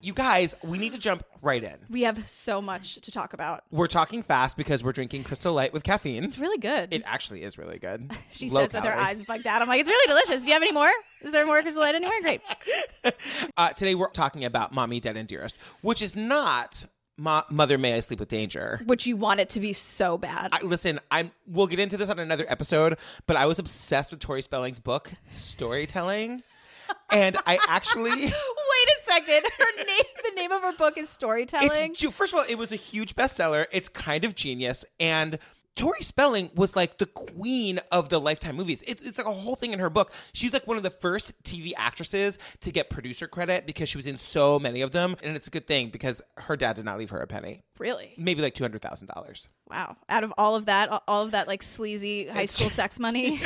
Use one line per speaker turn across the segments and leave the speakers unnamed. You guys, we need to jump right in.
We have so much to talk about.
We're talking fast because we're drinking Crystal Light with caffeine.
It's really good.
It actually is really good.
she
Low
says with her
calorie.
eyes bugged out. I'm like, it's really delicious. Do you have any more? Is there more crystal light anywhere? Great.
Uh, today we're talking about Mommy Dead and Dearest, which is not Mo- Mother May I Sleep with Danger.
Which you want it to be so bad.
I, listen, I'm. We'll get into this on another episode, but I was obsessed with Tori Spelling's book, Storytelling, and I actually.
Wait a second. Her name, the name of her book is Storytelling.
It's, ju- first of all, it was a huge bestseller. It's kind of genius. And Tori Spelling was like the queen of the Lifetime movies. It's, it's like a whole thing in her book. She's like one of the first TV actresses to get producer credit because she was in so many of them. And it's a good thing because her dad did not leave her a penny,
really?
maybe like $200,000.
Wow. Out of all of that, all- all of that like sleazy high school sex money.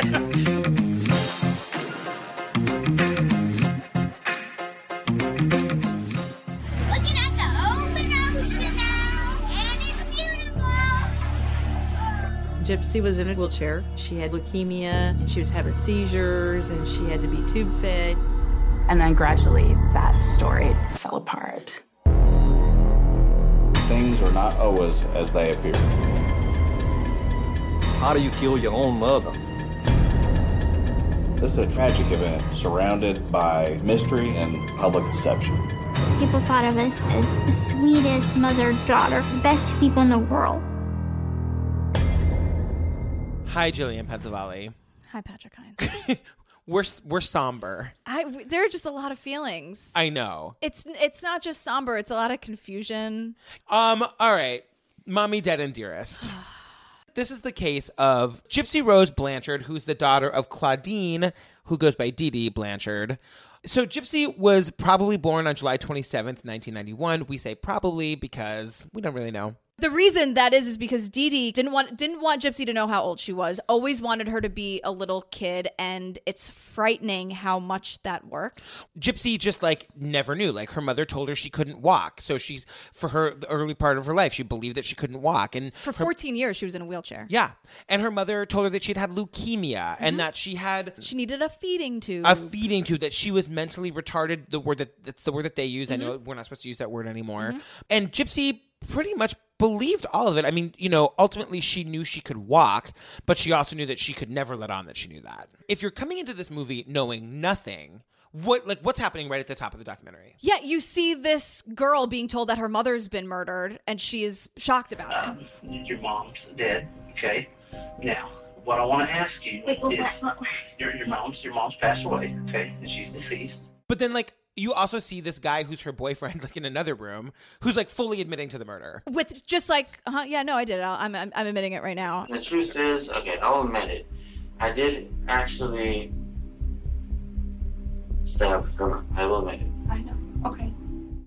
Looking at the open ocean now, and it's beautiful.
Gypsy was in a wheelchair. She had leukemia. She was having seizures and she had to be tube fed.
And then gradually that story fell apart.
Things were not always as they appeared.
How do you kill your own mother?
This is a tragic event surrounded by mystery and public deception.
People thought of us as the sweetest mother daughter, best people in the world.
Hi, Jillian Pensavalli.
Hi, Patrick Hines.
We're, s- we're somber.
I, there are just a lot of feelings.
I know.
it's it's not just somber. It's a lot of confusion.
Um, all right. Mommy Dead and Dearest. This is the case of Gypsy Rose Blanchard, who's the daughter of Claudine, who goes by Dee Dee Blanchard. So Gypsy was probably born on July 27th, 1991. We say probably because we don't really know.
The reason that is is because Dee Dee didn't want didn't want Gypsy to know how old she was. Always wanted her to be a little kid, and it's frightening how much that worked.
Gypsy just like never knew. Like her mother told her she couldn't walk. So she's for her the early part of her life, she believed that she couldn't walk. And
For 14 years, she was in a wheelchair.
yeah. And her mother told her that she'd had leukemia and that she had
She needed a feeding tube.
a feeding tube that she was mentally retarded the word that that's the word that they use i know we're not supposed to use that word anymore and gypsy pretty much believed all of it i mean you know ultimately she knew she could walk but she also knew that she could never let on that she knew that if you're coming into this movie knowing nothing what like what's happening right at the top of the documentary
yeah, you see this girl being told that her mother's been murdered, and she is shocked about it.
your mom's dead. Okay. Now, what I want to ask you
Wait, what,
is
what, what?
your your mom's your mom's passed away. Okay, and she's deceased.
but then like you also see this guy who's her boyfriend like in another room who's like fully admitting to the murder
With just like, uh yeah, no, I did it. I'll- I'm, I'm I'm admitting it right now.
The truth is, okay, I'll admit it. I did actually stab her. I will admit it.
I know. Okay.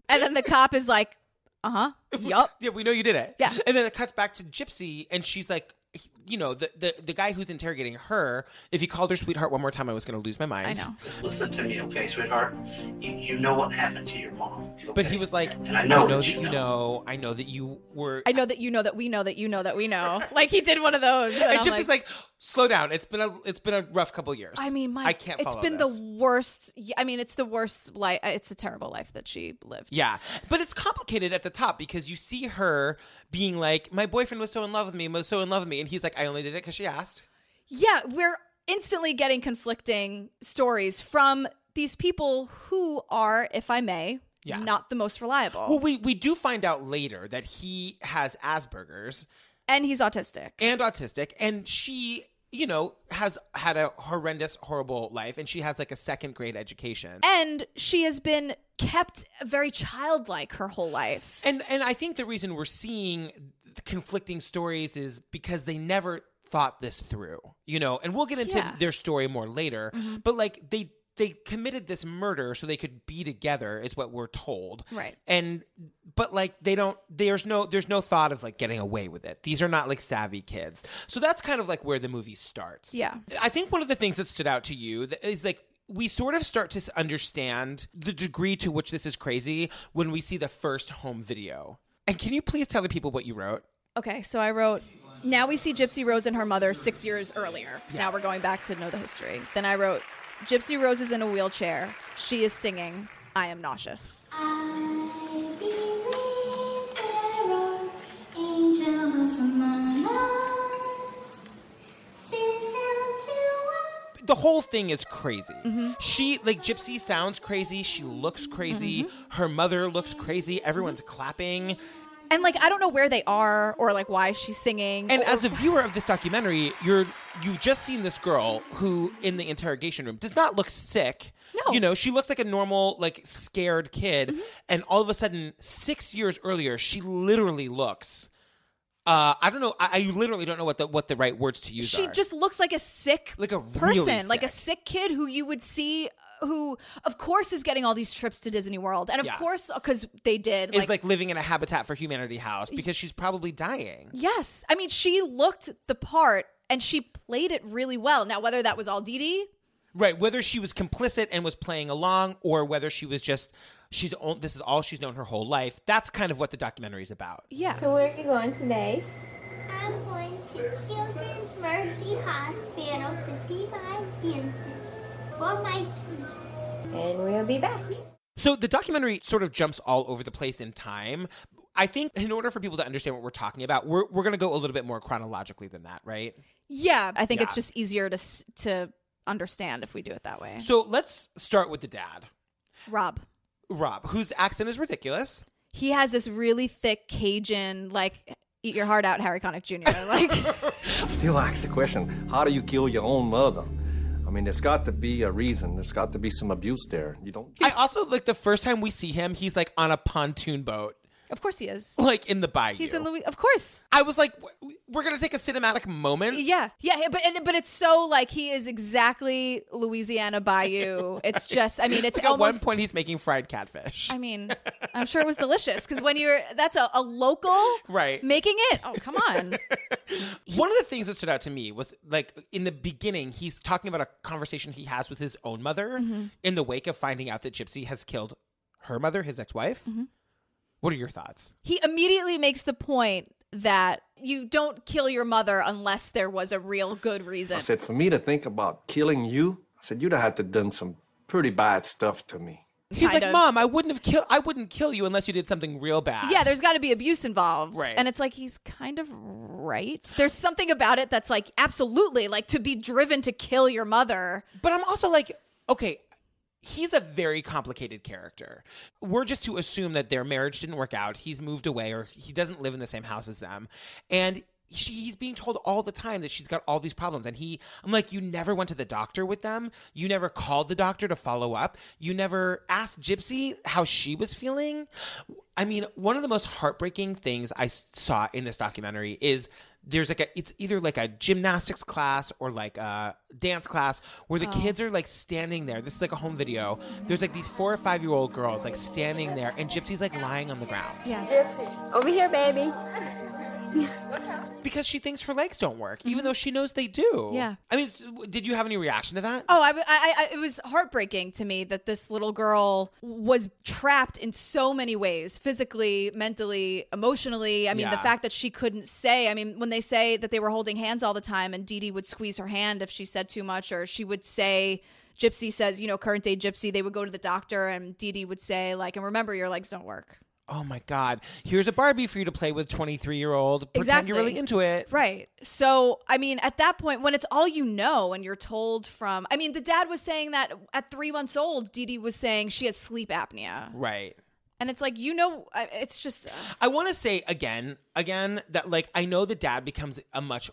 And then the cop is like, uh huh, yup.
Yeah, we know you did it.
Yeah.
And then it cuts back to Gypsy, and she's like, he- you know, the, the, the guy who's interrogating her, if he called her sweetheart one more time, I was going to lose my mind.
I know.
Listen to me, okay, sweetheart. You, you know what happened to your mom.
But
okay?
he was like,
and I know,
that
that
you know, I know that you were.
I know that you know that we know that you know that we know. Like he did one of those.
and
I'm
Gypsy's like, slow down. It's been a it's been a rough couple years.
I mean, Mike,
I can't.
It's
follow
been
this."
the worst. y- I mean, it's the worst life. It's a terrible life that she lived.
Yeah. But it's complicated at the top because you see her being like, my boyfriend was so in love with me, was so in love with me. And he's like, I only did it because she asked.
Yeah, we're instantly getting conflicting stories from these people who are, if I may,
Yeah.
not the most
Oh.
reliable,
Well, we, we do find out later that he has Asperger's.
and he's autistic.
and autistic and she you know has had a horrendous horrible life and she has like a second grade education
and she has been kept very childlike her whole life.
and and i think the reason we're seeing th- conflicting stories is because they never thought this through you know and we'll get into
Yeah. Mm-hmm.
their story more later but like they they committed this murder so they could be together is what we're told
Right.
and but like they don't there's no there's no thought of like getting away with it these are not like savvy kids so that's kind of like where the movie starts
Yeah.
i think one of the things that stood out to you that is like we sort of start to s- understand the degree to which this is crazy when we see the first home video and can you please tell the people what you wrote
Okay, so I wrote. Now we see Gypsy Rose and her mother six years earlier. 'cause Now we're going back to know the history. Then I wrote, Gypsy Rose is in a wheelchair. She is singing. I am nauseous.
I
the whole thing is crazy. She like Gypsy sounds crazy. She looks crazy. Her mother looks crazy. Everyone's clapping.
And like I don't know where they are or like why she's singing.
And
or-
as a viewer of this documentary, you're you've just seen this girl who in the interrogation room does not look sick.
No. Mm-hmm.
You know, she looks like a normal, like scared kid, and all of a sudden, six years earlier, she literally looks uh, I don't know. I, I literally don't know what the what the right words to use
she
are.
just looks like a sick
Like a really
person, like a
sick.
sick kid who you would see uh, who of course is getting all these trips to Disney World. And of
Yeah.
course cuz they did
is like living in a Habitat for Humanity house because she's probably dying.
Yes. I mean, she looked the part and she played it really well. Now, whether that was all Dee Dee,
Right, whether she was complicit and was playing along or whether she was just she's on, this is all she's known her whole life. That's kind of what the documentary is about.
yeah.
So where are you going today?
I'm going to Children's Mercy Hospital to see my dentist for my teeth.
And we'll be back.
So the documentary sort of jumps all over the place in time. I think in order for people to understand what we're talking about, we're we're going to go a little bit more chronologically than that, right?
yeah, I think it's
Yeah.
just easier to s- to understand if we do it that way.
So let's start with the dad,
Rob,
Rob, whose accent is ridiculous.
he has this really thick Cajun, like eat your heart out, Harry Connick Jr. Like,
Still asks the question how do you kill your own mother? I mean, there's got to be a reason. There's got to be some abuse there. You don't.
I also like the first time we see him, he's like on a pontoon boat,
of course he is.
like in the bayou.
He's in Louis. Of course,
I was like, w- we're gonna take a cinematic moment.
yeah, yeah. yeah, But and, but it's so like he is exactly Louisiana Bayou. It's just, I mean, it's
Like at
almost
one point, he's making fried catfish.
I mean, I'm sure it was delicious because when you're that's a, a local
Right.
making it. Oh, come on.
One of the things that stood out to me was like in the beginning, he's talking about a conversation he has with his own mother
Mm-hmm.
in the wake of finding out that Gypsy has killed her mother, his ex wife.
Mm-hmm.
What are your thoughts?
he immediately makes the point that you don't kill your mother unless there was a real good reason.
I said, for me to think about killing you, I said, you'd have had to done some pretty bad stuff to me.
He's
Kind
like,
of.
Mom, I wouldn't have killed. I wouldn't kill you unless you did something real bad.
yeah, there's got to be abuse involved.
Right.
And it's like he's kind of right. There's something about it that's like absolutely like to be driven to kill your mother.
But I'm also like, okay, he's a very complicated character. We're just to assume that their marriage didn't work out. He's moved away or he doesn't live in the same house as them. And she, he's being told all the time that she's got all these problems. And he, I'm like, you never went to the doctor with them. You never called the doctor to follow up. You never asked Gypsy how she was feeling. I mean, one of the most heartbreaking things I s- saw in this documentary is there's like a it's either like a gymnastics class or like a dance class where
Oh.
the kids are like standing there. This is like a home video. There's like these four or five year old girls like standing there, and Gypsy's like lying on the ground
Over here, baby.
because she thinks her legs don't work, even though she knows they do.
Mm-hmm. Yeah.
I mean, s- did you have any reaction to that?
Oh, I, I, I, it was heartbreaking to me that this little girl was trapped in so many ways physically, mentally, emotionally. I mean, the
Yeah.
fact that she couldn't say, I mean, when they say that they were holding hands all the time and Dee Dee would squeeze her hand if she said too much, or she would say, Gypsy says, you know, current day Gypsy, they would go to the doctor and Dee Dee would say, like, and remember, your legs don't work.
Oh my God! Here's a Barbie for you to play with, 23 year old. Pretend you're
Exactly.
really into it.
Right. So, I mean, at that point, when it's all you know and you're told from, I mean, the dad was saying that at three months old, Dee Dee was saying she has sleep apnea.
Right.
And it's like, you know, I- it's just, uh,
I want to say again, again that like I know the dad becomes a much.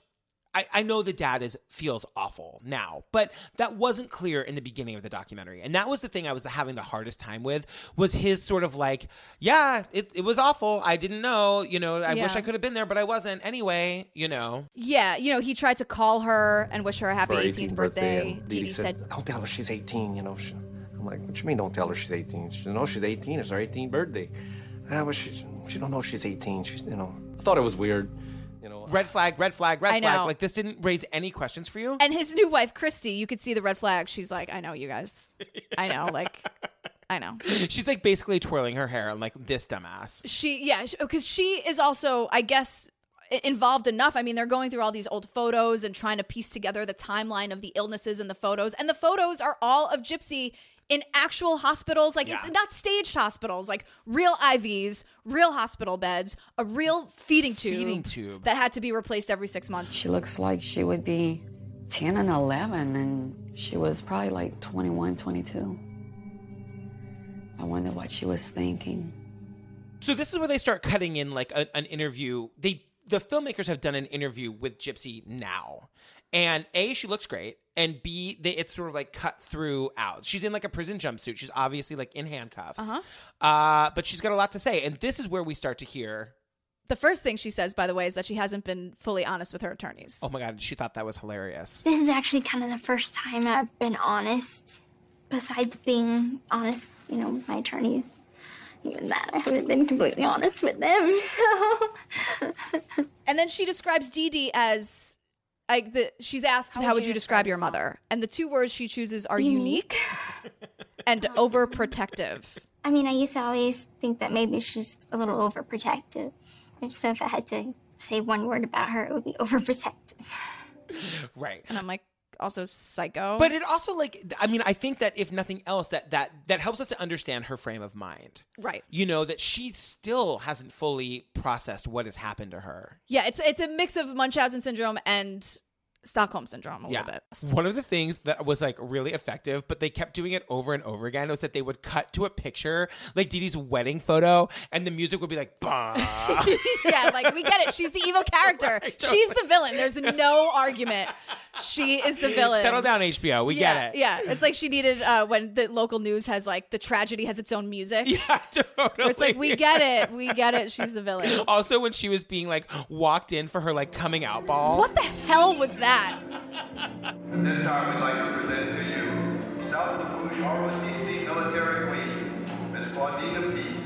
I, I know the dad is feels awful now, but that wasn't clear in the beginning of the documentary, and that was the thing I was having the hardest time with was his sort of like, yeah, it, it was awful. I didn't know, you know. I wish
Yeah.
I could have been there, but I wasn't. Anyway, you know.
yeah, you know, he tried to call her and wish her a happy
For her
18th, birthday.
and
Dee Dee
said,
said,
don't tell her she's 18, you know. She, I'm like, what you mean don't tell her she's 18? She said, no, she's 18. It's her 18th birthday. Ah, well, she, she don't know she's 18. She's, you know. I thought it was weird, you know.
Red flag, red flag, red
I
flag.
know.
Like this didn't raise any questions for you.
and his new wife, Christy, you could see the red flag. She's like, I know you guys. I know. Like, I know.
She's like basically twirling her hair and like this dumbass.
She, yeah, because she is also, I guess, i- involved enough. I mean, they're going through all these old photos and trying to piece together the timeline of the illnesses in the photos. And the photos are all of Gypsy in actual hospitals, like
Yeah.
not staged hospitals, like real IVs, real hospital beds, a real feeding tube,
Feeding tube.
that had to be replaced every six months.
She looks like she would be
10 and 11, and she was probably like 21, 22. I wonder what she was thinking.
So this is where they start cutting in like a, an interview. They the filmmakers have done an interview with Gypsy now, and a she looks great, and b they, it's sort of like cut through out. She's in like a prison jumpsuit. She's obviously like in handcuffs,
Uh-huh.
Uh, but she's got a lot to say, and this is where we start to hear.
The first thing she says, by the way, is that she hasn't been fully honest with her attorneys.
Oh my god, she thought that was hilarious.
This is actually kind of the first time I've been honest, besides being honest, you know, with my attorneys. Even that, I haven't been completely honest with them. So.
And then she describes Dee Dee as like the she's asked how, would you describe, your Mm-hmm. mother? And the two words she chooses are unique,
Unique.
and overprotective.
I mean, I used to always think that maybe she's a little overprotective. And so if I had to say one word about her, it would be overprotective.
Right.
And I'm like also psycho.
But it also like I mean I think that if nothing else that that that helps us to understand her frame of mind.
right.
You know that she still hasn't fully processed what has happened to her.
Yeah, it's it's a mix of Munchausen syndrome and Stockholm syndrome a
yeah.
little bit.
One of the things that was like really effective, but they kept doing it over and over again, was that they would cut to a picture, like Dee Dee's wedding photo, and the music would be like, bah.
yeah, like we get it. She's the evil character. She's the villain. There's no argument. She is the villain.
Settle down, HBO. We
yeah,
get it.
Yeah, it's like she needed uh, when the local news has like the tragedy has its own music.
Yeah, totally.
Where it's like we get it, we get it. She's the villain.
Also, when she was being like walked in for her like coming out ball.
What the hell was that?
At this time, we'd like to present to you South Lafourche ROTC military queen, Miss Claudina Pete.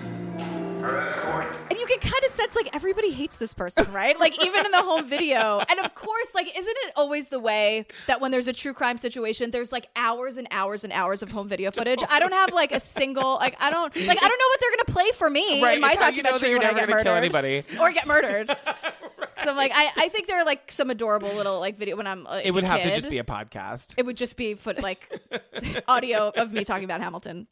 Her escort
And you can kind of sense like everybody hates this person, right? Like even in the home video. And of course, like isn't it always the way that when there's a true crime situation, there's like hours and hours and hours of home video footage. I don't have like a single like I don't like I don't know what they're gonna play for me
Right,
in my
it's how you know that
documentary
you're
when I
never
get
gonna kill
murdered.
anybody.
or get murdered. So I'm like I, I think there are like some adorable little like video when I'm uh,
It would
a
have to
kid.
just be a podcast.
it would just be foot like audio of me talking about Hamilton.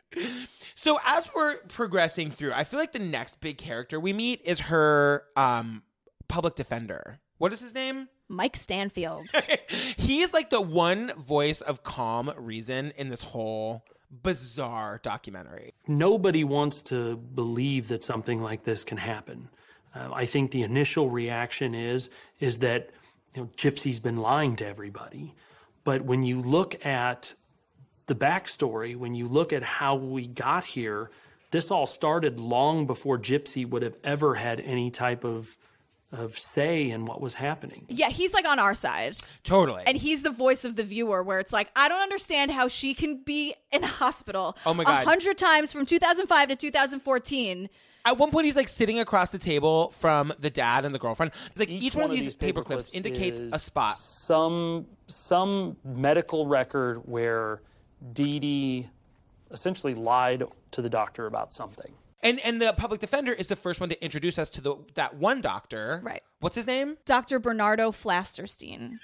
So as we're progressing through, I feel like the next big character we meet is her um public defender. What is his name?
Mike Stanfield.
He is like the one voice of calm reason in this whole bizarre documentary.
nobody wants to believe that something like this can happen. Uh, I think the initial reaction is is that you know Gypsy's been lying to everybody, but when you look at the backstory, when you look at how we got here, this all started long before Gypsy would have ever had any type of of say in what was happening.
Yeah, he's like on our side.
Totally.
And he's the voice of the viewer where it's like, I don't understand how she can be in a hospital
Oh my God.
a hundred times from 2005 to 2014.
At one point, he's like sitting across the table from the dad and the girlfriend. It's like each, one, of these, paper clips indicates a
is
spot.
Some some Mm. medical record where Dee Dee essentially lied to the doctor about something.
And and the public defender is the first one to introduce us to the that one doctor. Right. What's his name?
Dr. Bernardo Flasterstein,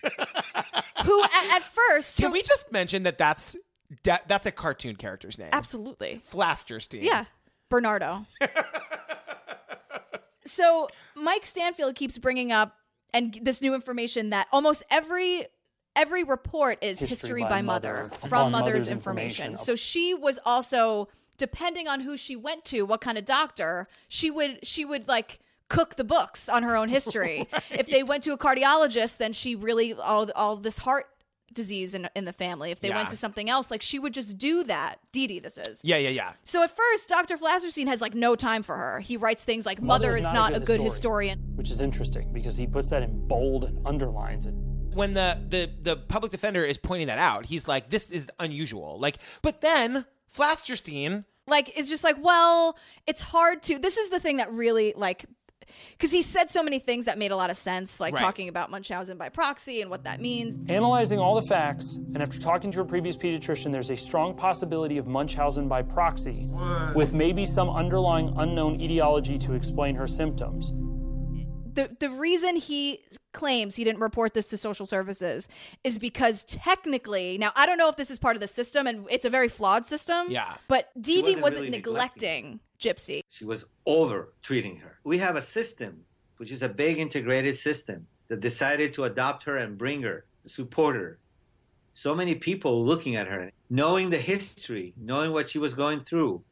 who at, at first.
Can we just mention that that's that, that's a cartoon character's name?
Absolutely.
Flasterstein.
Yeah, Bernardo. so Mike Stanfield keeps bringing up and g- this new information that almost every every report is history, by, mother, from
upon
mother's,
mother's
information.
information.
So she was also depending on who she went to, what kind of doctor, she would she would like cook the books on her own history. If they went to a cardiologist, then she really all all this heart disease in in the family. If they
Yeah.
went to something else, like she would just do that. Dee Dee, this is.
Yeah, yeah, yeah.
So at first, Dr. Flasterstein has like no time for her. He writes things like "Mother, is not, a good historian."
which is interesting because he puts that in bold and underlines it.
When the, the the public defender is pointing that out, he's like, "This is unusual." Like, but then Flasterstein.
Like it's just like, well, it's hard to. This is the thing that really like, because he said so many things that made a lot of sense, like
Right.
talking about Munchausen by proxy and what that means.
Analyzing all the facts, and after talking to a previous pediatrician, there's a strong possibility of Munchausen by proxy, with maybe some underlying unknown etiology to explain her symptoms.
the the reason he claims he didn't report this to social services is because technically now I don't know if this is part of the system and it's a very flawed system.
Yeah.
But
She
Dee Dee
wasn't
wasn't
really
neglecting, Gypsy.
She was over treating her. We have a system, which is a big integrated system, that decided to adopt her and bring her, support her, so many people looking at her, knowing the history, knowing what she was going through,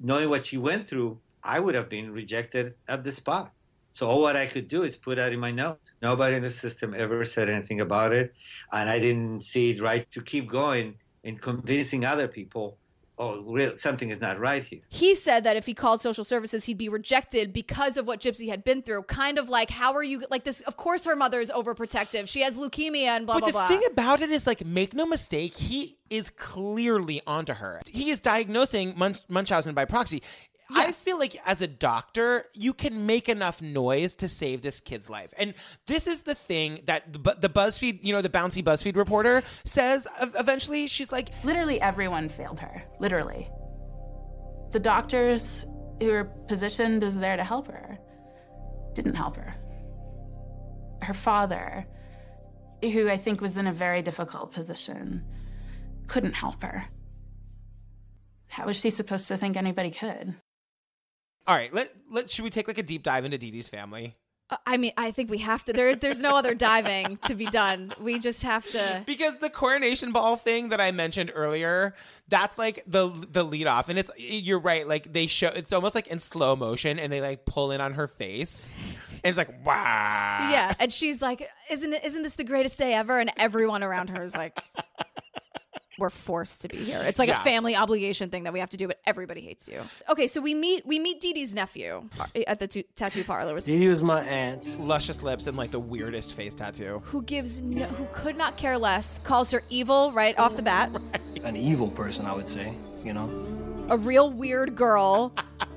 knowing what she went through, I would have been rejected at the spot. So all what I could do is put that in my note. Nobody in the system ever said anything about it, and I didn't see it right to keep going and convincing other people, oh, real, something is not right here.
He said that if he called social services, he'd be rejected because of what Gypsy had been through. Kind of like, how are you like this? Of course, her mother is overprotective. She has leukemia and blah
but
blah
the
blah.
thing about it is, like, make no mistake, he is clearly onto her. He is diagnosing Munch- Munchausen by proxy. I feel like as a doctor, you can make enough noise to save this kid's life. And this is the thing that the, Bu- the BuzzFeed, you know, the bouncy BuzzFeed reporter says ev- eventually. She's like,
Literally everyone failed her. Literally. The doctors who were positioned as there to help her didn't help her. Her father, who I think was in a very difficult position, couldn't help her. How was she supposed to think anybody could?
all right, let, let, should we take like a deep dive into Dee Dee's family?
Uh, I mean, I think we have to. There's there's no other diving to be done. We just have to.
Because the coronation ball thing that I mentioned earlier, that's like the the lead off, and it's you're right. Like they show, it's almost like in slow motion, and they like pull in on her face, and it's like wow,
Yeah, and she's like, "Isn't it, isn't this the greatest day ever?" And everyone around her is like, "We're forced to be here. It's like
Yeah.
a family obligation thing that we have to do, but everybody hates you." Okay, so we meet we meet Dee Dee's nephew at the t- tattoo parlor with
Dee was my aunt. Luscious lips and like the weirdest face tattoo.
who gives no, who could not care less, calls her evil right off the bat,
An evil person, I would say, you know?
a real weird girl,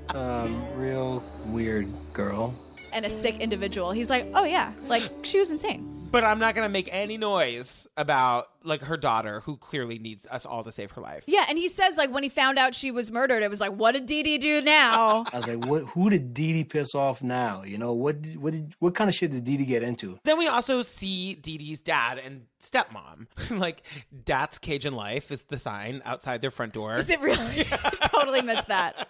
Um, real weird girl.
and a sick individual. He's like, "Oh yeah, like she was insane."
But I'm not gonna make any noise about like her daughter, who clearly needs us all to save her life.
Yeah, and he says like when he found out she was murdered, it was like, "What did Dee Dee do now?"
I was like, what? Who did Dee Dee piss off now? You know what? did- What did? What kind of shit did Dee Dee get into?
Then we also see Dee Dee's dad and stepmom. like Dad's Cajun Life is the sign outside their front door.
Is it really? totally missed that.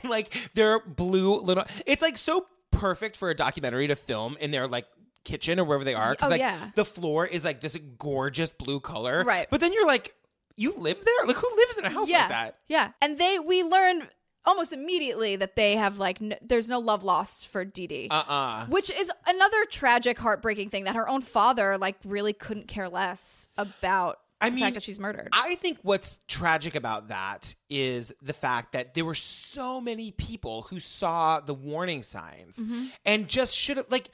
and like their blue little it's like so perfect for a documentary to film in their like kitchen or wherever they are because
Oh,
like
yeah.
the floor is like this gorgeous blue color
Right.
but then you're like you live there like who lives in a house
yeah,
like that
Yeah, and they we learn almost immediately that they have like n- there's no love lost for Dee Dee,
uh-uh
which is another tragic, heartbreaking thing that her own father like really couldn't care less about.
I
the
mean,
fact that she's murdered.
I think what's tragic about that is the fact that there were so many people who saw the warning signs
Mhm.
and just should have like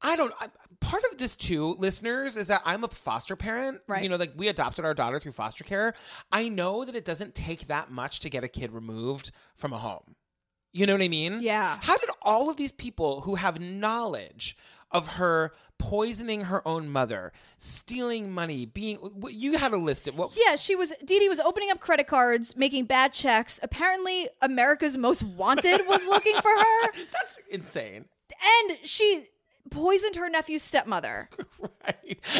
I don't I, part of this too listeners is that I'm a foster parent
Right.
you know like we adopted our daughter through foster care I know that it doesn't take that much to get a kid removed from a home you know what I mean? Yeah. How did all of these people who have knowledge of her poisoning her own mother, stealing money, being wh- you had a list of what?
yeah, she was Dee Dee was opening up credit cards, making bad checks. Apparently, America's Most Wanted was looking for her,
That's insane.
and she poisoned her nephew's stepmother.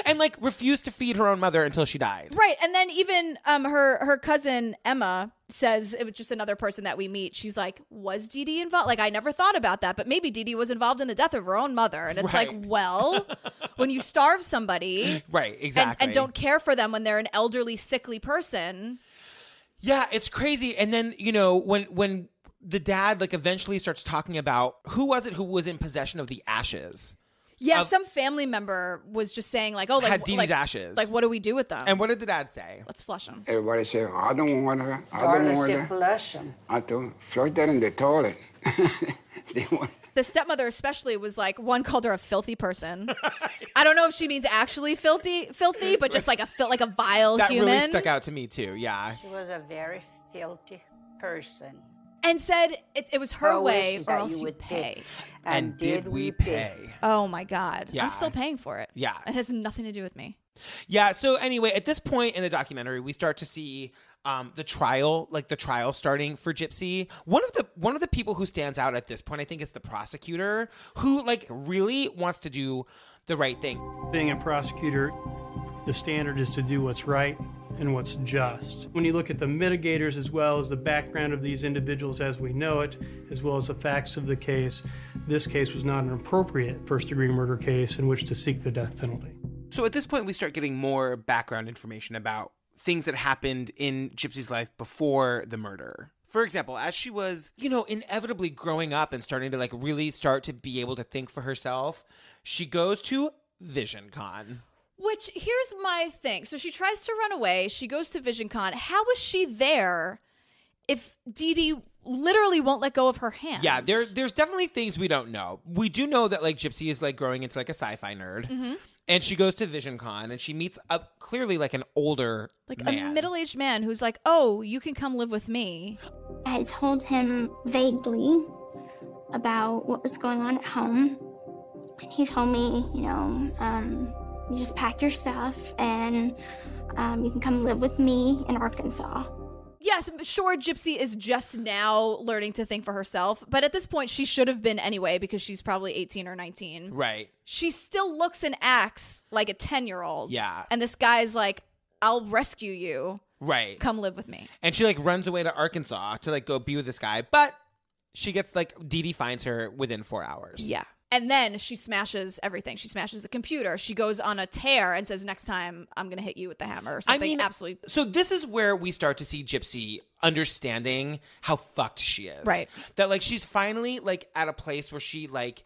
And like refused to feed her own mother until she died.
Right, and then even um her her cousin Emma says it was just another person that we meet. She's like, "Was Dee Dee involved? Like, I never thought about that, but maybe Dee Dee was involved in the death of her own mother." And it's
Right.
like, well, when you starve somebody
Right,
and,
exactly.
and don't care for them when they're an elderly, sickly person,
Yeah, it's crazy. And then, you know, when when the dad like eventually starts talking about who was it who was in possession of the ashes?
yeah,
Of-
some family member was just saying like, "Oh, like
Had Dee Dee's
like-
ashes.
Like, what do we do with them?"
And what did the dad say?
Let's flush them.
Everybody said, I don't want her. I don't want her.
flush them.
I don't flush that in the toilet.
The stepmother especially was like one called her a filthy person. I don't know if she means actually filthy, filthy, but just like a fil- like a vile
that
human.
really stuck out to me too. Yeah.
She was a very filthy person.
And said it, it was her
Her wish
way,
is
or
that
else
you
you
would
pay.
And, did, we pay?
Oh my god,
Yeah.
I'm still paying for it.
Yeah.
it has nothing to do with me.
Yeah. So anyway, at this point in the documentary, we start to see um, the trial, like the trial starting for Gypsy. One of the one of the people who stands out at this point, I think, is the prosecutor who like really wants to do the right thing.
Being a prosecutor, the standard is to do what's right and what's just. When you look at the mitigators as well as the background of these individuals as we know it, as well as the facts of the case, this case was not an appropriate first degree murder case in which to seek the death penalty.
So at this point, we start getting more background information about things that happened in Gypsy's life before the murder. For example, as she was, you know, inevitably growing up and starting to like really start to be able to think for herself, she goes to VisionCon.
Which here's my thing. So she tries to run away. She goes to VisionCon. How was she there if Dee Dee literally won't let go of her hand?
Yeah, there, there's definitely things we don't know. We do know that like Gypsy is like growing into like a sci-fi nerd.
Mhm.
And she goes to VisionCon and she meets up clearly like an older
Like
man.
a middle aged man who's like, oh, you can come live with me.
I told him vaguely about what was going on at home. And he told me, you know, um, you just pack your stuff and um, you can come live with me in Arkansas.
Yes, sure, Gypsy is just now learning to think for herself, but at this point, she should have been anyway because she's probably 18 or 19.
Right.
She still looks and acts like a 10 year old.
Yeah.
And this guy's like, I'll rescue you.
Right.
Come live with me.
And she like runs away to Arkansas to like go be with this guy, but she gets like Dee Dee finds her within four hours.
Yeah. And then she smashes everything. She smashes the computer. She goes on a tear and says, Next time, I'm going to hit you with the hammer or something. absolutely.
So this is where we start to see Gypsy understanding how fucked she is.
Right.
That like she's finally like at a place where she like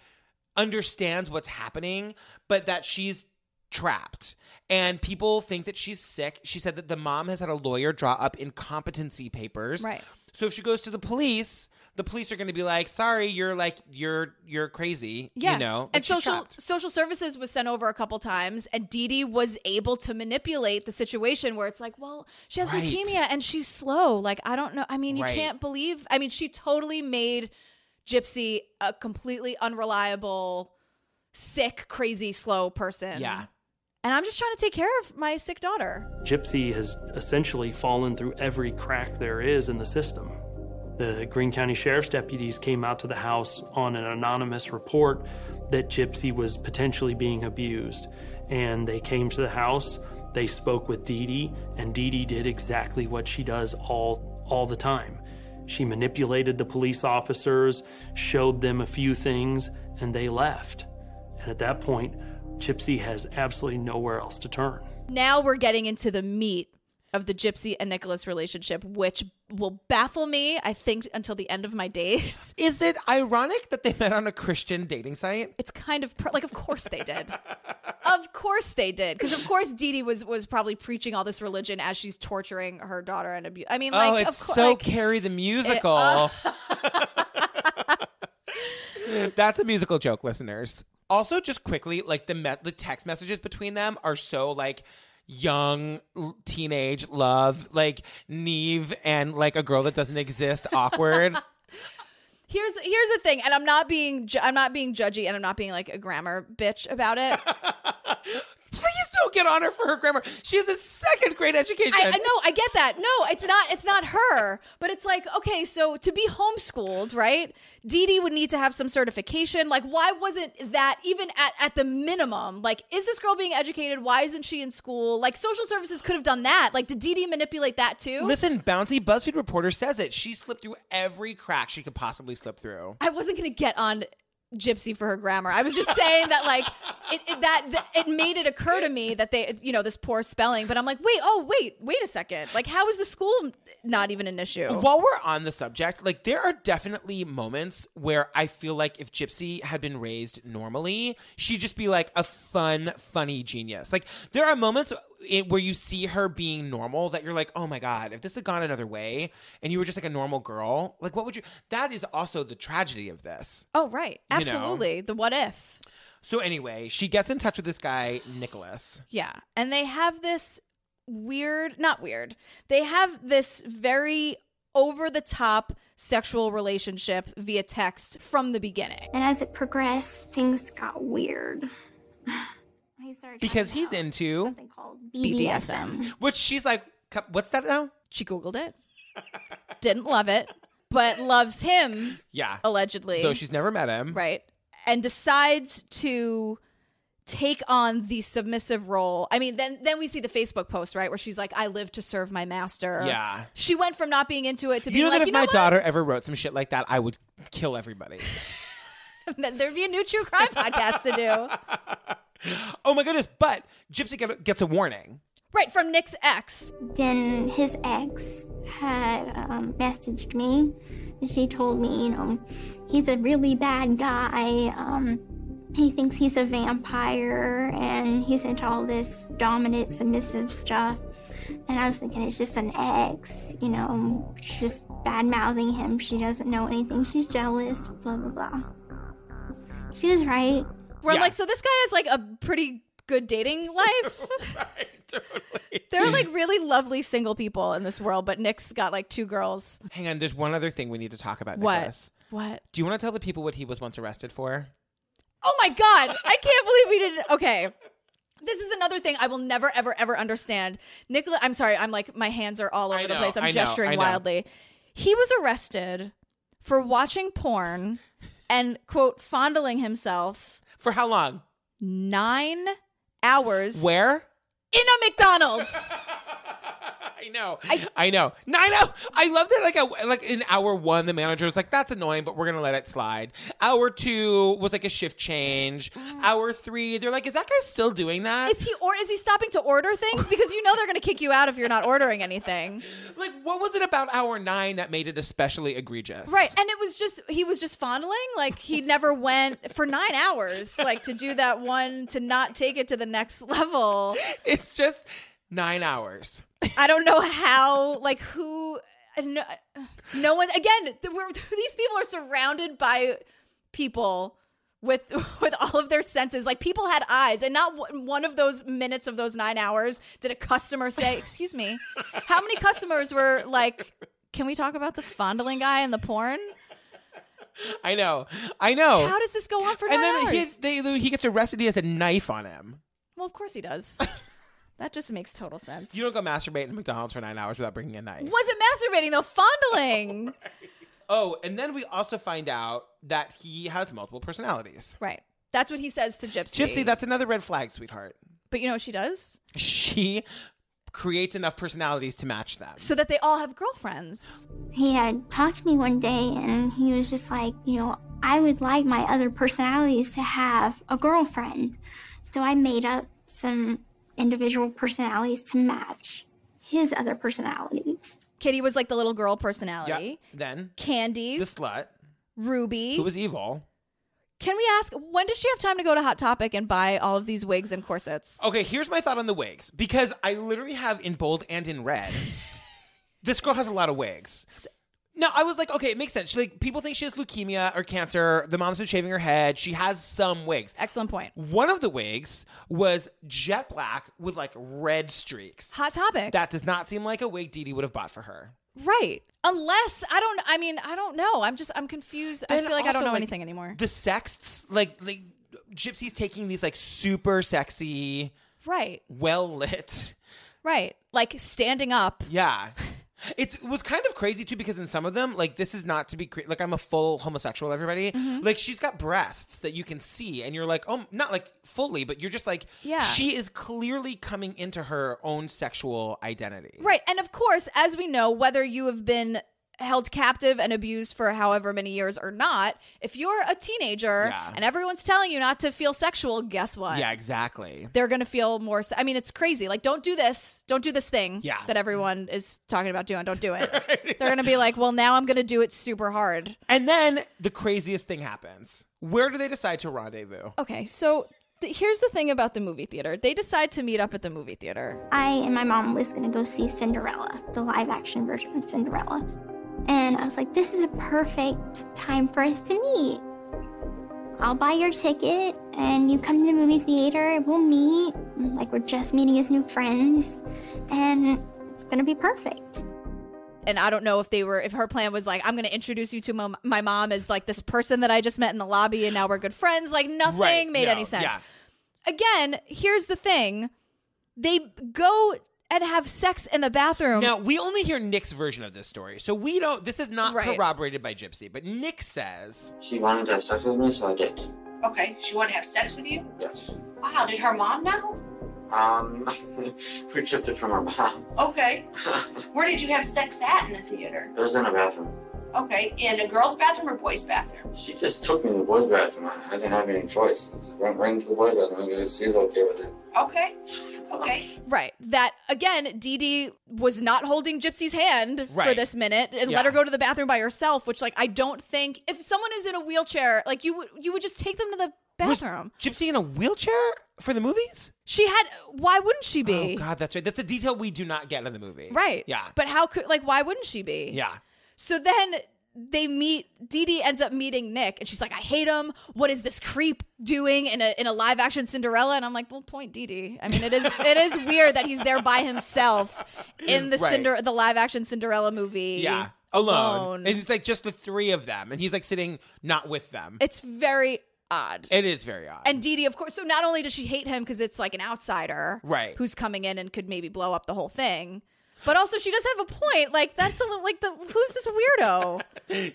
understands what's happening, but that she's trapped. And people think that she's sick. She said that the mom has had a lawyer draw up incompetency papers.
Right.
So if she goes to the police, the police are going to be like, "Sorry, you're like you're you're crazy."
Yeah.
You know.
and
she's
social
trapped.
social services was sent over a couple times, and Dee Dee was able to manipulate the situation where it's like, well, she has
Right.
leukemia and she's slow. Like, I don't know. I mean, you
Right.
can't believe. I mean, she totally made Gypsy a completely unreliable, sick, crazy, slow person.
Yeah.
And I'm just trying to take care of my sick daughter.
Gypsy has essentially fallen through every crack there is in the system. The Greene County Sheriff's deputies came out to the house on an anonymous report that Gypsy was potentially being abused. And they came to the house, they spoke with Dee Dee, and Dee Dee did exactly what she does all, all the time. She manipulated the police officers, showed them a few things, and they left. And at that point, Gypsy has absolutely nowhere else to turn.
Now we're getting into the meat of the Gypsy and Nicholas relationship, which will baffle me, I think, until the end of my days.
Is it ironic that they met on a Christian dating site?
It's kind of pr- like, of course they did. of course they did, because of course Dee Dee was was probably preaching all this religion as she's torturing her daughter and abuse. I mean, like,
oh, it's
of course,
so Carrie the musical. That's a musical joke, listeners. Also, just quickly, like the me- the text messages between them are so like young l- teenage love, like Neve and like a girl that doesn't exist, awkward.
Here's here's the thing, and I'm not being ju- I'm not being judgy, and I'm not being like a grammar bitch about it.
Please don't get on her for her grammar. She has a second grade education.
I, I no, I get that. No, it's not. It's not her. But it's like, okay, so to be homeschooled, right? Dee Dee would need to have some certification. Like, why wasn't that even at at the minimum? Like, is this girl being educated? Why isn't she in school? Like, social services could have done that. Like, did Dee Dee manipulate that too?
Listen, bouncy BuzzFeed reporter says it. She slipped through every crack she could possibly slip through.
I wasn't gonna get on Gypsy for her grammar. I was just saying that like it, it that, that it made it occur to me that they you know this poor spelling. But I'm like, wait, oh wait, wait a second. Like, how is the school not even an issue?
While we're on the subject, like there are definitely moments where I feel like if Gypsy had been raised normally, she'd just be like a fun, funny genius. Like there are moments in, where you see her being normal that you're like, oh my god, if this had gone another way and you were just like a normal girl, like what would you? That is also the tragedy of this.
Oh right,
You know.
absolutely. The what if?
So anyway, she gets in touch with this guy Nicholas.
Yeah. And they have this weird, not weird, they have this very over the top sexual relationship via text from the beginning.
And as it progressed, things got weird. I started
because he's into something
called
BDSM.
which she's like, "Cup- what's that now?
She Googled it, didn't love it, but loves him,
Yeah,
allegedly.
though she's never met him.
Oh, Right. And decides to take on the submissive role. I mean, then then we see the Facebook post, right, where she's like, I live to serve my master.
Yeah.
She went from not being into it to
You
being
know
like,
that if
you know
my
what?
daughter ever wrote some shit like that, I would kill everybody.
There'd be a new true crime podcast to do.
Oh my goodness! But Gypsy get- gets a warning.
Right, from Nick's ex.
Then his ex had um, messaged me, and she told me, you know, he's a really bad guy. Um, he thinks he's a vampire, and he's into all this dominant, submissive stuff. And I was thinking, it's just an ex, you know, she's just bad mouthing him. She doesn't know anything. She's jealous, blah, blah, blah. She was right.
Where I'm like, so this guy has like a pretty good dating life. There are like really lovely single people in this world, but Nick's got like two girls.
Hang on, there's one other thing we need to talk about.
What?
Nicholas.
What?
Do you want to tell the people what he was once arrested for?
Oh my god, I can't believe we didn't. Okay. This is another thing I will never ever ever understand. Nicholas, I'm sorry, I'm like my hands are all over the
know,
place. I'm
I know,
gesturing
I know.
wildly. He was arrested for watching porn and quote fondling himself
for how long?
9 hours.
Where?
In a McDonald's.
I know. I, know. No, I know. I love that. Like, a, like in hour one, the manager was like, "That's annoying, but we're gonna let it slide." Hour two was like a shift change.
Mm.
Hour three, they're like, "Is that guy still doing that?"
Is he or is he stopping to order things because you know they're going to kick you out if you're not ordering anything.
like, what was it about hour nine that made it especially egregious?
Right. And it was just, he was just fondling. Like, he never went for nine hours, like, to do that one, to not take it to the next level.
It's just nine hours.
I don't know how, like, who, no, no one, again, th- we're, these people are surrounded by people. With with all of their senses, like people had eyes, and not one- one of those minutes of those nine hours did a customer say, "Excuse me." How many customers were like, "Can we talk about the fondling guy and the porn?"
I know. I know.
How does this go on for nine
Oh. and then
hours?
he, has, they, he gets arrested. He has a knife on him.
Well, of course he does. that just makes total sense.
You don't go masturbate in McDonald's for nine hours without bringing a knife.
Wasn't masturbating though, fondling.
Oh, and then we also find out that he has multiple personalities.
Right. That's what he says to Gypsy.
Gypsy, that's another red flag, sweetheart.
But you know what she does?
She creates enough personalities to match them.
So that they all have girlfriends.
he had talked to me one day and he was just like, you know, I would like my other personalities to have a girlfriend. So I made up some individual personalities to match his other personalities.
Kitty was like the little girl personality.
Then
Candy,
the slut,
Ruby.
who was evil.
Can we ask when does she have time to go to Hot Topic and buy all of these wigs and corsets?
Okay, here's my thought on the wigs because I literally have in bold and in red. this girl has a lot of wigs. No, I was like, okay, it makes sense. She, like people think she has leukemia or cancer. The mom's been shaving her head. She has some wigs.
Excellent point.
One of the wigs was jet black with like red streaks.
Hot Topic.
That does not seem like a wig Dee Dee would have bought for her.
Right. Unless I don't I mean, I don't know. I'm just I'm confused. I
Then
feel like I don't
also,
know
like,
anything anymore.
The sexts, like like Gypsy's taking these like super sexy,
Right.
well lit.
Right. Like standing up.
Yeah. It was kind of crazy too because in some of them, like this is not to be cre- like I'm a full homosexual. Everybody,
Mhm.
like she's got breasts that you can see, and you're like, oh, not like fully, but you're just like,
Yeah.
she is clearly coming into her own sexual identity.
Right. And of course, as we know, whether you have been held captive and abused for however many years or not, if you're a teenager
Yeah.
and everyone's telling you not to feel sexual, guess what?
Yeah, exactly.
They're going to feel more. se- I mean, it's crazy. Like, don't do this. Don't do this thing
Yeah.
that everyone is talking about doing. Don't do it. They're going to be like, well, now I'm going to do it super hard.
And then the craziest thing happens. Where do they decide to rendezvous?
Okay. So th- here's the thing about the movie theater they decide to meet up at the movie theater.
I and my mom was going to go see Cinderella, the live action version of Cinderella. And I was like, this is a perfect time for us to meet. I'll buy your ticket and you come to the movie theater and we'll meet. And, Like, we're just meeting as new friends and it's going to be perfect.
and I don't know if they were if her plan was like I'm going to introduce you to my, my mom as like this person that I just met in the lobby and now we're good friends like nothing
Right,
made
no,
any sense.
yeah.
Again, here's the thing. They go and have sex in the bathroom.
Now we only hear Nick's version of this story, so we don't. This is not
Right.
corroborated by Gypsy, but Nick says
She wanted to have sex with me, so I did.
Okay, she wanted to have sex with you?
Yes.
Wow, did her mom know?
Um, we kept it from her mom.
Okay. Where did you have sex at in the theater?
It was in a bathroom.
Okay, in a girl's bathroom or boy's bathroom?
She just took me to the boys' bathroom. I I didn't have any choice. I just went right into the boys' bathroom. I guess she's okay with it.
Okay, okay.
Right. That again, Dee Dee was not holding Gypsy's hand for
Right.
this minute and
Yeah.
let her go to the bathroom by herself, which like I don't think if someone is in a wheelchair, like you would you would just take them to the bathroom.
Gypsy in a wheelchair for the movies?
She had why wouldn't she be?
Oh God, that's right. That's a detail we do not get in the movie.
Right.
Yeah.
But how could like why wouldn't she be?
yeah.
So then they meet Dee Dee ends up meeting Nick and she's like, I hate him. What is this creep doing in a in a live action Cinderella? And I'm like, Well point Dee Dee. I mean it is it is weird that he's there by himself in the
Right.
Cinder the live action Cinderella movie.
Yeah. Alone. And it's like just the three of them, and he's like sitting not with them.
It's very odd.
It is very odd.
And Dee Dee, of course, so not only does she hate him because it's like an outsider
Right.
who's coming in and could maybe blow up the whole thing. But also she does have a point. Like that's a little like the who's this weirdo?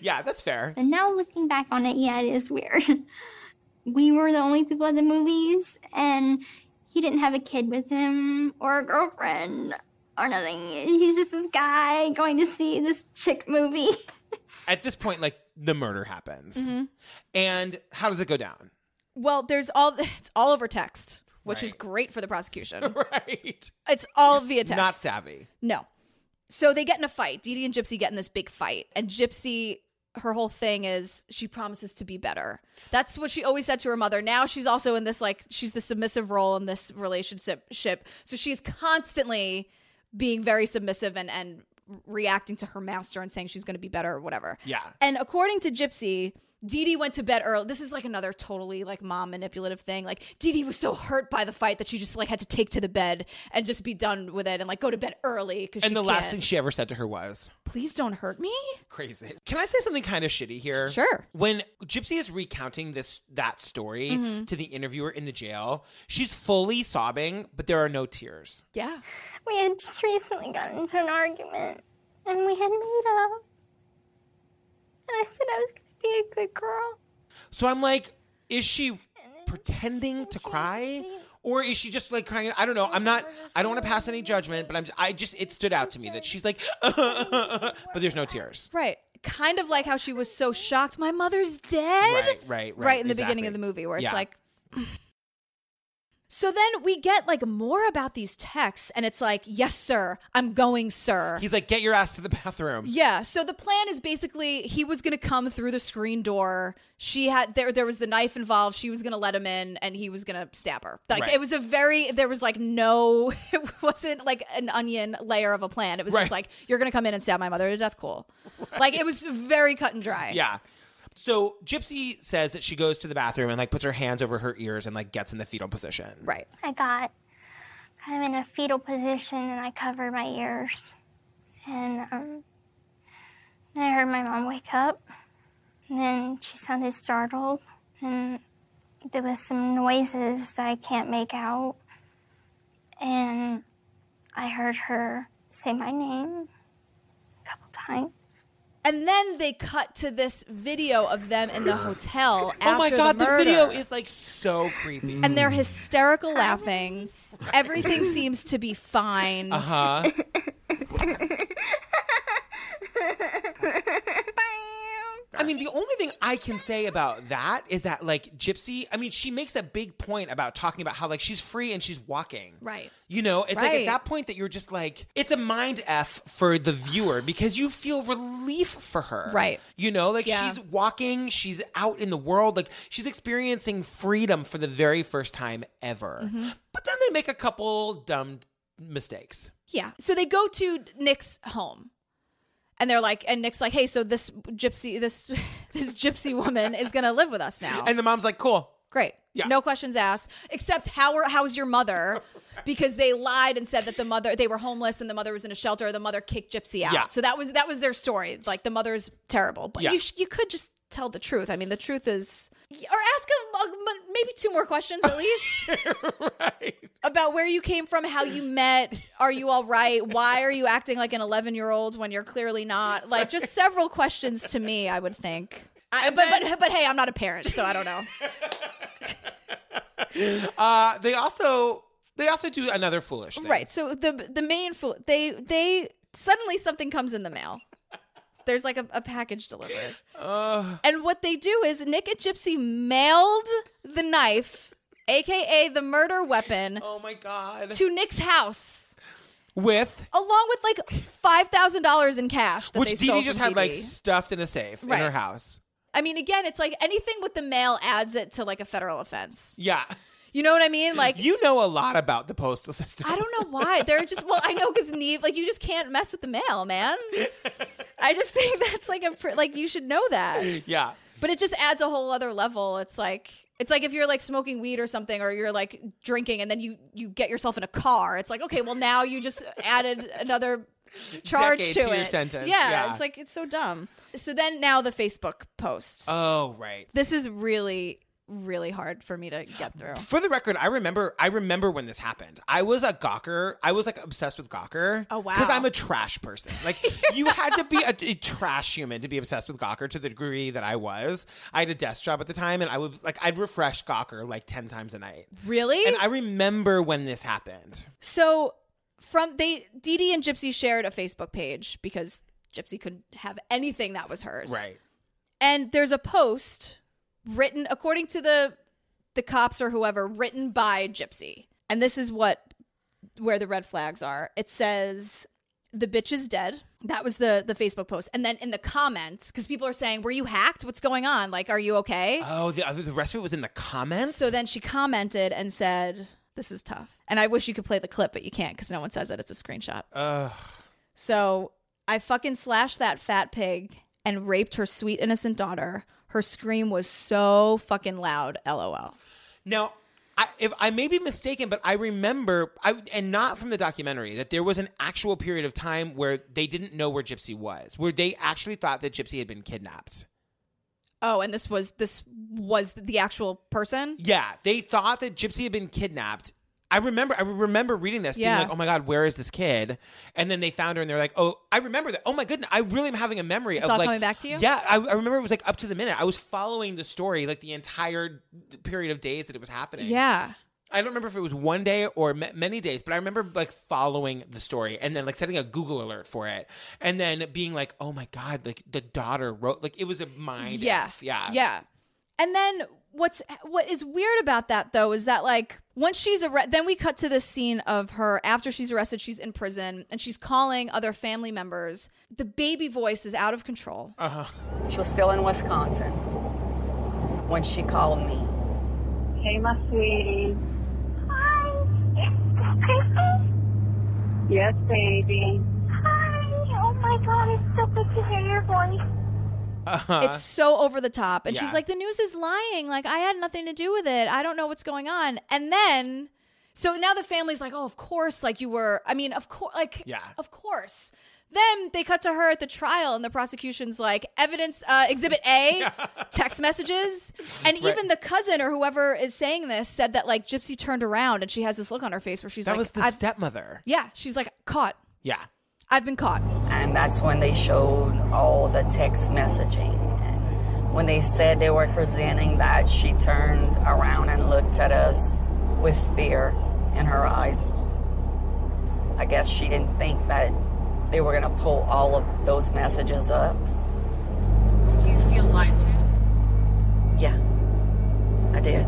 yeah, that's fair.
And now looking back on it, yeah, it is weird. we were the only people at the movies, and he didn't have a kid with him or a girlfriend or nothing. He's just this guy going to see this chick movie.
At this point, like the murder happens.
Mhm.
And how does it go down?
Well, there's all it's all over text, which is
Right.
great for the prosecution.
right.
It's all via text.
Not savvy.
No. So they get in a fight. Dee Dee and Gypsy get in this big fight. And Gypsy, her whole thing is she promises to be better. That's what she always said to her mother. Now she's also in this, like, she's the submissive role in this relationship. ship. So she's constantly being very submissive and, and reacting to her master and saying she's going to be better or whatever.
Yeah.
And according to Gypsy, Dee Dee went to bed early. This is like another totally like mom manipulative thing. Like Dee Dee was so hurt by the fight that she just like had to take to the bed and just be done with it and like go to bed early because
And the last thing she ever said to her was,
please don't hurt me.
crazy. Can I say something kind of shitty here?
Sure.
When Gypsy is recounting this that story
Mhm.
to the interviewer in the jail, she's fully sobbing, but there are no tears.
Yeah.
We had just recently gotten into an argument, and we had made up. And I said I was going to be a good girl.
So I'm like, is she pretending to cry? Or is she just like crying? I don't know. I'm not. I don't want to pass any judgment, but I'm. I just. It stood out to me that she's like, but there's no tears.
Right. Kind of like how she was so shocked. My mother's dead.
Right. Right. Right.
Right in the beginning of
exactly.
the movie where it's
Yeah.
like So then we get like more about these texts and it's like, "Yes, sir. I'm going, sir."
he's like, get your ass to the bathroom.
Yeah. So the plan is basically he was going to come through the screen door. She had there. There was the knife involved. She was going to let him in, and he was going to stab her. Like
Right.
it was a very there was like no, it wasn't like an onion layer of a plan. It was
Right.
just like you're going to come in and stab my mother to death. Cool. Like it was very cut and dry.
Yeah. So Gypsy says that she goes to the bathroom and like puts her hands over her ears and like gets in the fetal position.
Right.
I got kind of in a fetal position, and I covered my ears. And um, then I heard my mom wake up, and then she sounded startled, and there was some noises that I can't make out. And I heard her say my name a couple times.
And then they cut to this video of them in the hotel.
Oh my
after
god,
the,
the, video
murder.
is like so creepy.
and they're hysterical laughing. Everything seems to be fine.
Uh huh. I mean, the only thing I can say about that is that, like, Gypsy, I mean, she makes a big point about talking about how, like, she's free and she's walking.
Right.
You know, it's like at
Right.
that point that you're just like, it's a mind F for the viewer because you feel relief for her.
Right.
You know, like
Yeah.
she's walking, she's out in the world, like she's experiencing freedom for the very first time ever.
Mhm.
But then they make a couple dumb mistakes.
Yeah. So they go to Nick's home. And they're like, and Nick's like, hey, so this gypsy, this this gypsy woman is gonna live with us now.
And the mom's like, cool.
Great.
Yeah.
No questions asked. Except how are, how's your mother? Because they lied and said that the mother they were homeless and the mother was in a shelter. The mother kicked Gypsy out.
Yeah.
So that was that was their story. Like the mother's terrible, but
Yeah.
you sh- you could just tell the truth. I mean, the truth is, or ask a, a- maybe two more questions at least about where you came from, how you met, are you all right? Why are you acting like an eleven year old when you're clearly not? Like just several questions to me, I would think. I, but, but but hey, I'm not a parent, so I don't know.
Uh, they also they also do another foolish thing.
Right. So the the main fool they they suddenly something comes in the mail. There's like a, a package delivered.
Uh,
And what they do is Nick and Gypsy mailed the knife, aka the murder weapon,
oh my god.
to Nick's house.
With
Along with like five thousand dollars in cash, that
which
they stole
Dee just
from
had like
DD.
stuffed in a safe
Right.
in her house.
I mean, again, it's like anything with the mail adds it to like a federal offense.
Yeah.
You know what I mean? Like
you know a lot about the postal system.
I don't know why. They're just well, I know because Neve, like you just can't mess with the mail, man. I just think that's like a pr- like you should know that.
Yeah.
But it just adds a whole other level. It's like it's like if you're like smoking weed or something, or you're like drinking, and then you you get yourself in a car. It's like okay, well now you just added another charge
Decade
to,
to your
it.
sentence.
Yeah,
Yeah.
it's like it's so dumb. So then now the Facebook post.
Oh right.
This is really really hard for me to get through.
For the record, I remember I remember when this happened. I was a Gawker. I was like obsessed with Gawker.
Oh, wow.
Because I'm a trash person. Like you had to be a, a trash human to be obsessed with Gawker to the degree that I was. I had a desk job at the time, and I would like I'd refresh Gawker like ten times a night.
Really?
And I remember when this happened.
So from they Dee Dee and Gypsy shared a Facebook page because Gypsy couldn't have anything that was hers.
Right.
And there's a post written according to the the cops or whoever written by Gypsy. And this is what where the red flags are. It says the bitch is dead. That was the the Facebook post. And then in the comments cuz people are saying, "Were you hacked? What's going on? Like are you okay?"
Oh, the other the rest of it was in the comments.
So then she commented and said, This is tough. And I wish you could play the clip, but you can't because no one says that It's a screenshot.
Ugh.
So I fucking slashed that fat pig and raped her sweet, innocent daughter. Her scream was so fucking loud. LOL.
Now, I, if I may be mistaken, but I remember, I, and not from the documentary, that there was an actual period of time where they didn't know where Gypsy was, where they actually thought that Gypsy had been kidnapped.
Oh, and this was this was the actual person.
Yeah, they thought that Gypsy had been kidnapped. I remember, I remember reading this,
Yeah.
being like, "Oh my god, where is this kid?" And then they found her, and they're like, "Oh, I remember that. Oh my goodness, I really am having a memory
It's
of
all
like
coming back to you?
Yeah, I, I remember it was like up to the minute. I was following the story like the entire period of days that it was happening.
Yeah.
I don't remember if it was one day or ma- many days, but I remember like following the story and then like setting a Google alert for it, and then being like, "Oh my god!" Like the daughter wrote, like it was a mind.
yeah,
F. yeah,
yeah. And then what's what is weird about that though is that like once she's arrested, then we cut to this scene of her after she's arrested, she's in prison and she's calling other family members. The baby voice is out of control.
Uh-huh.
She was still in Wisconsin when she called me.
Hey, my sweetie.
Hi, it's Christmas.
Yes, baby.
Hi. Oh my God, it's so good to hear your voice.
Uh-huh.
It's so over the top. And she's
Yeah.
like, the news is lying. Like, I had nothing to do with it. I don't know what's going on. And then, so now the family's like, oh, of course, like you were, I mean, of course, like,
Yeah.
of course. Then they cut to her at the trial, and the prosecution's like, evidence, uh, exhibit A, text messages. And
Right.
even the cousin or whoever is saying this said that, like, Gypsy turned around and she has this look on her face where she's
that
like,
was the
I've-
stepmother.
yeah, she's like, caught.
Yeah,
I've been caught.
And that's when they showed all the text messaging. And when they said they were presenting that, she turned around and looked at us with fear in her eyes. I guess she didn't think that they were going to pull all of those messages up.
Did you feel lied to?
Yeah, I did.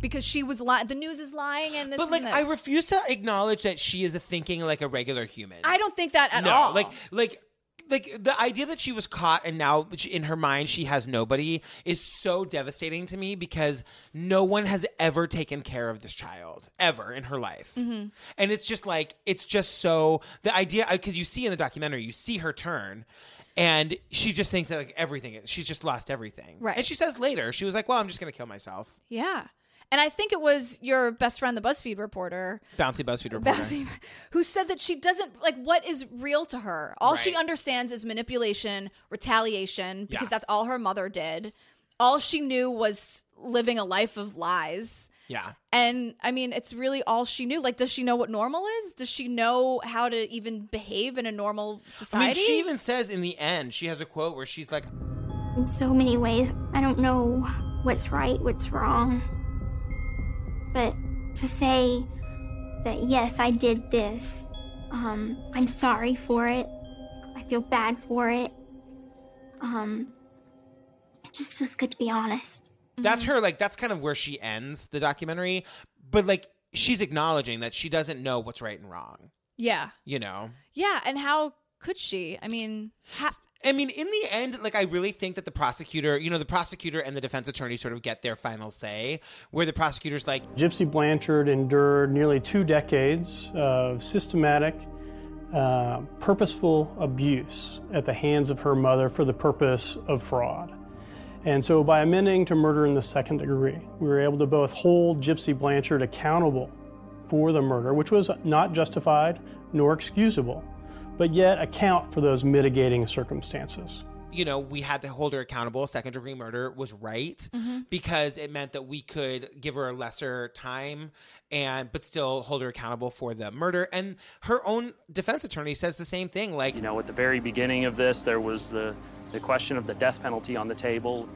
Because she was lying. The news is lying, and this
but like
and
I
this.
refuse to acknowledge that she is thinking like a regular human.
I don't think that at
no,
all.
like like. Like the idea that she was caught and now she- in her mind she has nobody is so devastating to me because no one has ever taken care of this child ever in her life.
Mhm.
And it's just like it's just so the idea because you see in the documentary you see her turn, and she just thinks that like everything she's just lost everything.
Right.
And she says later she was like, "Well, I'm just gonna kill myself."
Yeah. And I think it was your best friend, the BuzzFeed reporter,
Bouncy BuzzFeed reporter.
Bouncy- who said that she doesn't like what is real to her. All she
Right.
understands is manipulation, retaliation, because
Yeah.
that's all her mother did. All she knew was living a life of lies.
Yeah.
And I mean, it's really all she knew. Like, does she know what normal is? Does she know how to even behave in a normal
I mean,
society?
she even says in the end, she has a quote where she's like,
in so many ways. I don't know what's right, what's wrong. But to say that, yes, I did this, um, I'm sorry for it. I feel bad for it. Um, it just feels good to be honest.
That's her, like, that's kind of where she ends the documentary. But, like, she's acknowledging that she doesn't know what's right and wrong,
Yeah.
you know?
Yeah. And how could she? I mean, ha-
I mean, in the end, like I really think that the prosecutor, you know, the prosecutor and the defense attorney sort of get their final say, where the prosecutor's like,
Gypsy Blanchard endured nearly two decades of systematic, uh, purposeful abuse at the hands of her mother for the purpose of fraud. And so, by amending to murder in the second degree, we were able to both hold Gypsy Blanchard accountable for the murder, which was not justified nor excusable, but yet account for those mitigating circumstances.
you know, we had to hold her accountable. Second degree murder was right
Mhm.
because it meant that we could give her a lesser time and but still hold her accountable for the murder. And her own defense attorney says the same thing. Like,
You know, at the very beginning of this, there was the, the question of the death penalty on the table.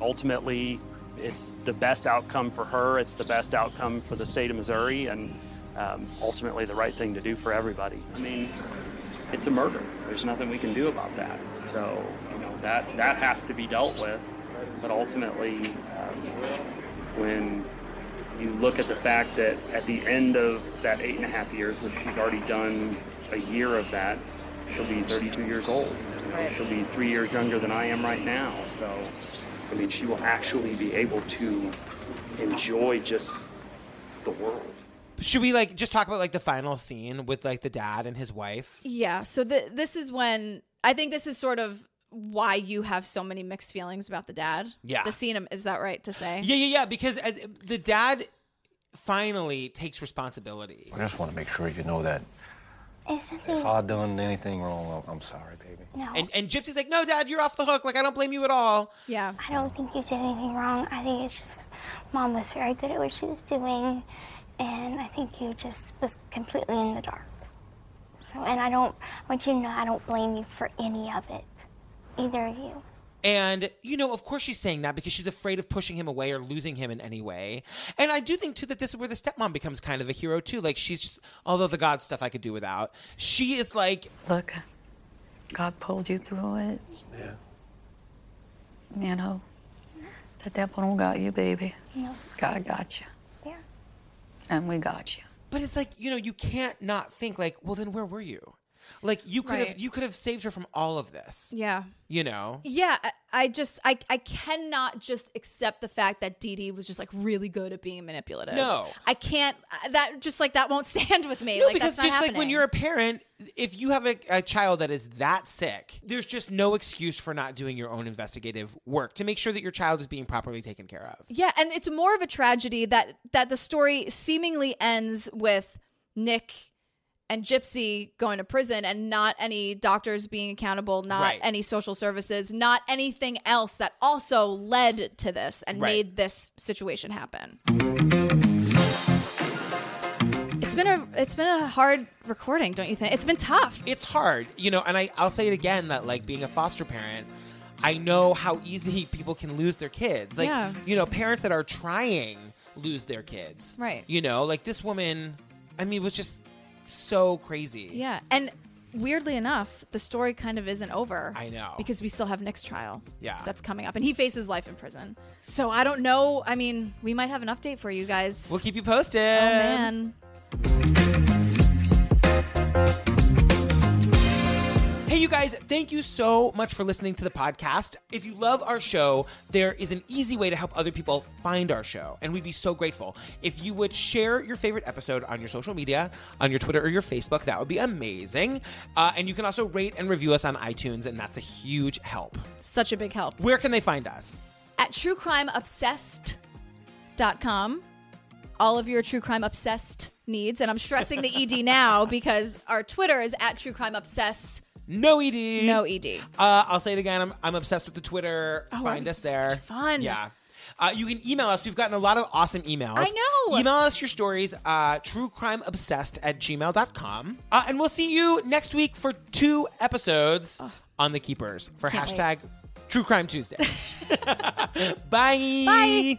Ultimately, it's the best outcome for her, it's the best outcome for the state of Missouri, and um, ultimately the right thing to do for everybody. I mean, it's a murder. There's nothing we can do about that. So, you know, that, that has to be dealt with. But ultimately, um, when you look at the fact that at the end of that eight and a half years, which she's already done a year of that, she'll be 32 years old. You know,
Right.
She'll be three years younger than I am right now. So, I mean, she will actually be able to enjoy just the world.
should we like just talk about like the final scene with like the dad and his wife?
yeah. So th- this is when I think this is sort of why you have so many mixed feelings about the dad.
Yeah.
The scene, is that right to say?
Yeah, yeah, yeah. Because uh, the dad finally takes responsibility.
I just want to make sure you know that
Isn't
if I done anything wrong, I'm I'm sorry, baby.
And and Gypsy's like, no, dad, you're off the hook. Like, I don't blame you at all.
Yeah.
I don't think you did anything wrong. I think it's just mom was very good at what she was doing, and I think you just was completely in the dark. So, and I don't I want you to know I don't blame you for any of it, either of you.
And, you know, of course she's saying that because she's afraid of pushing him away or losing him in any way. And I do think, too, that this is where the stepmom becomes kind of a hero, too. Like, she's just, although the God stuff I could do without, she is like,
Look, God pulled you through it.
Yeah.
You know, the devil don't got you, baby.
No.
God got you.
Yeah.
And we got you.
but it's like, you know, you can't not think, like, well, then where were you? Like, you could have,
Right.
you could have saved her from all of this,
Yeah.
you know?
Yeah, I, I just I I cannot just accept the fact that Dee Dee was just like really good at being manipulative.
No.
I can't. I- That just like that won't stand with me.
No,
like
because
that's not
just
happening.
like when you're a parent, if you have a, a child that is that sick, there's just no excuse for not doing your own investigative work to make sure that your child is being properly taken care of.
Yeah, and it's more of a tragedy that that the story seemingly ends with Nick and Gypsy going to prison and not any doctors being accountable, not
Right.
any social services, not anything else that also led to this and
Right.
made this situation happen. It's been a it's been a hard recording, don't you think? It's been tough.
it's hard, you know, and I, I'll say it again that like being a foster parent, I know how easy people can lose their kids. Like,
Yeah.
you know, parents that are trying lose their kids.
Right.
You know, like this woman, I mean, was just so crazy.
Yeah. And weirdly enough, the story kind of isn't over.
I know.
Because we still have Nick's trial.
Yeah.
That's coming up. And he faces life in prison. So I don't know. I mean, we might have an update for you guys.
We'll keep you posted.
Oh, man.
Hey, you guys, thank you so much for listening to the podcast. If you love our show, there is an easy way to help other people find our show, and we'd be so grateful. If you would share your favorite episode on your social media, on your Twitter or your Facebook, that would be amazing. Uh, and you can also rate and review us on iTunes, and that's a huge help.
Such a big help.
Where can they find us?
At truecrimeobsessed.com, all of your true crime obsessed needs. And I'm stressing the ED now because our Twitter is at true crime obsessed.
No E ED.
No E ED.
Uh, I'll say it again. I'm, I'm obsessed with the Twitter.
Oh,
Find us there.
fun.
Yeah. Uh, you can email us. We've gotten a lot of awesome emails.
I know.
Email us your stories, uh, truecrimeobsessed at gmail.com. Uh, and we'll see you next week for two episodes on The Keepers for
Can't
hashtag True Crime Tuesday. Bye. Bye.